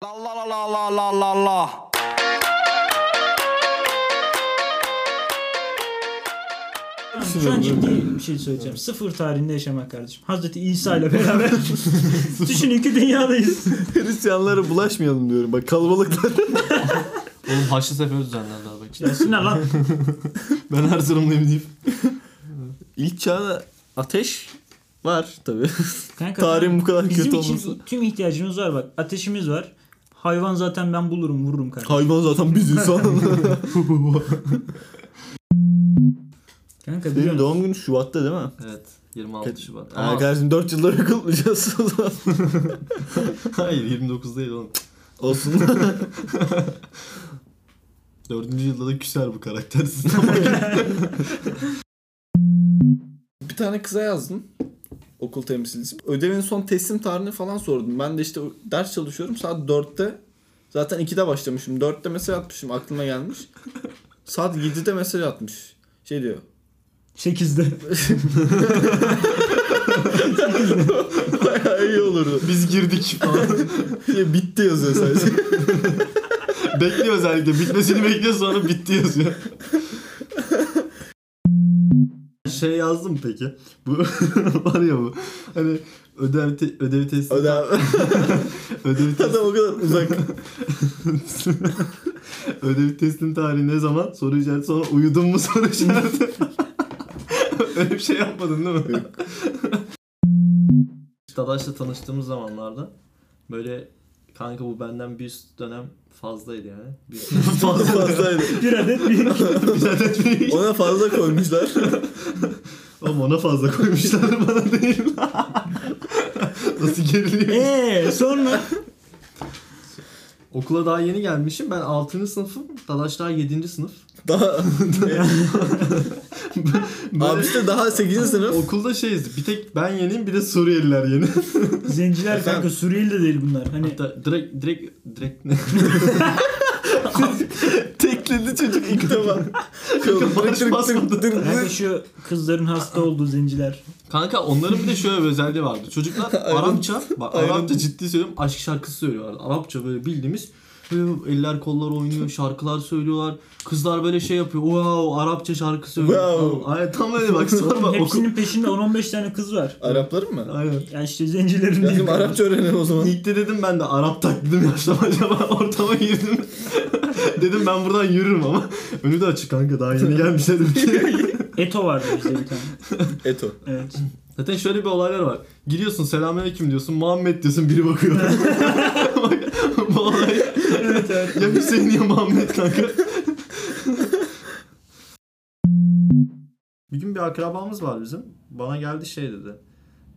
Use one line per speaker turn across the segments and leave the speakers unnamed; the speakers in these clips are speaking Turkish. La la la la la la la la.
Şu an ciddi bir şey söyleyeceğim. Sıfır tarihinde yaşamak kardeşim. Hazreti İsa ile beraber düşünün ki dünyadayız.
Hristiyanlara bulaşmayalım diyorum. Bak kalabalıklar.
Oğlum Haçlı Seferi düzenlendi abi.
Gelsinler lan.
Ben Erzurumluyum deyip.
İlk çağda ateş var tabi.
Kanka,
Tarihin bu kadar
bizim
kötü
için
olması.
tüm ihtiyacımız var bak. Ateşimiz var. Hayvan zaten ben bulurum vururum kanka.
Hayvan zaten biz insan.
Kanka biliyor
Benim
musun?
doğum günü Şubat'ta değil mi?
Evet. 26 Şubat.
Aa,
Aa,
kardeşim 4 yıldır öyle kutlayacağız o zaman.
hayır 29 değil oğlum.
Olsun.
Dördüncü yılda da küser bu karakter.
Bir tane kıza yazdım. Okul temsilcisi. Ödevin son teslim tarihini falan sordum. Ben de işte ders çalışıyorum. Saat 4'te. Zaten 2'de başlamışım. 4'te mesaj atmışım. Aklıma gelmiş. Saat 7'de mesaj atmış. Şey diyor.
8'de.
Bayağı iyi olurdu.
Biz girdik falan.
Ya Bitti yazıyor sadece.
Bekliyor özellikle. Bitmesini bekliyor sonra bitti yazıyor. Şey yazdım peki. Bu var ya bu. Hani ödev te- ödev testi.
Adam,
ödev testi.
adam o kadar uzak.
ödev teslim tarihi ne zaman? Soru işareti sonra uyudun mu soru işareti. Öyle bir şey yapmadın değil mi? Dadaş'la tanıştığımız zamanlarda böyle kanka bu benden bir üst dönem fazlaydı yani. Bir,
Fazla fazlaydı.
Bir adet bir.
bir adet büyük.
Ona fazla koymuşlar.
Oğlum ona fazla koymuşlar bana değil. Nasıl geriliyor?
Eee sonra.
Okula daha yeni gelmişim. Ben 6. sınıfım. Dadaş daha 7. sınıf.
Daha,
Böyle-
abi işte daha 8. sınıf.
Okulda şeyiz. Bir tek ben yeniyim bir de Suriyeliler yeni.
Zenciler kanka Suriyeli de değil bunlar. Hani
Hatta direkt direkt direkt ne?
Tekledi çocuk ilk defa.
Barış basmadı.
kanka şu kızların hasta olduğu zenciler.
Kanka onların bir de şöyle bir özelliği vardı. Çocuklar Arapça, bak
Aynen.
Arapça ciddi söylüyorum aşk şarkısı söylüyorlar. Arapça böyle bildiğimiz böyle eller kollar oynuyor, şarkılar söylüyorlar. Kızlar böyle şey yapıyor. Wow, Arapça şarkı söylüyor.
Wow.
Wow. Aynen tam öyle bak sorma okul.
Hepsinin peşinde 10-15 tane kız var.
Arapların mı?
Aynen.
Ya işte zencilerin
Bizim
değil.
Arapça öğrenelim o zaman.
İlk de dedim ben de Arap taklidim yaşlam acaba ortama girdim. dedim ben buradan yürürüm ama önü de açık kanka daha yeni gelmiş dedim ki.
Eto vardı bizde bir tane.
Eto.
Evet.
Zaten şöyle bir olaylar var. Giriyorsun selamünaleyküm diyorsun Muhammed diyorsun biri bakıyor. Bak, Bu olay
evet evet.
ya Hüseyin ya Muhammed kanka. bir gün bir akrabamız var bizim. Bana geldi şey dedi.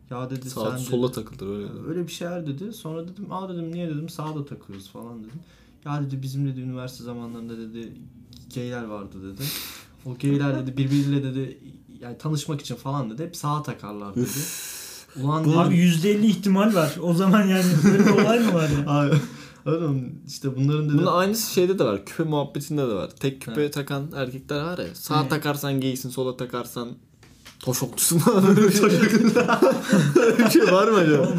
Ya dedi sen dedi-
takılır öyle.
Öyle bir şeyler dedi. Sonra dedim aa dedim niye dedim sağda takıyoruz falan dedim. Ya dedi bizim dedi üniversite zamanlarında dedi geyler vardı dedi. O geyler dedi birbiriyle dedi yani tanışmak için falan dedi. Hep sağa takarlar dedi. Ulan dedim,
Abi %50 ihtimal var. O zaman yani böyle bir olay mı var ya?
Abi, oğlum işte bunların dedi.
Bunun aynısı şeyde de var. Küpe muhabbetinde de var. Tek küpe
Evet.
takan erkekler var ya. Sağa
Hı.
takarsan geysin, sola takarsan toşoklusun.
bir şey var mı acaba?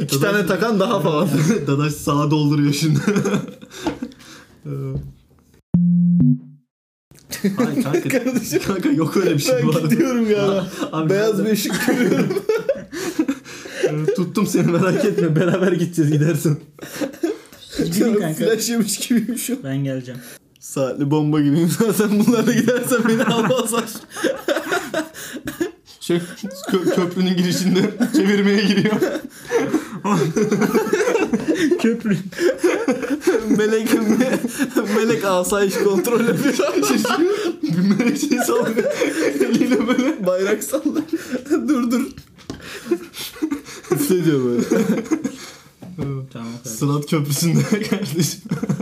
İki
Dadaş-
tane takan daha falan.
Dadaş sağa dolduruyor şimdi. Hayır kanka. kanka yok öyle bir şey bu
ben
arada.
gidiyorum ya.
Abi
Beyaz
ben
bir
de-
ışık görüyorum.
tuttum seni merak etme beraber gideceğiz gidersin.
Gidin kanka.
Flash yemiş gibiyim şu an.
Ben geleceğim.
Saatli bomba gibiyim zaten bunlarla gidersen beni almazlar.
Şey kö- köprünün girişinde çevirmeye giriyor.
Köprü.
melek melek asayiş kontrol yapıyor.
Bir melek şey sallıyor. Eliyle böyle.
Bayrak sallar. dur dur. Üfle diyor böyle.
Tamam o kadar.
Sırat köprüsünde kardeşim.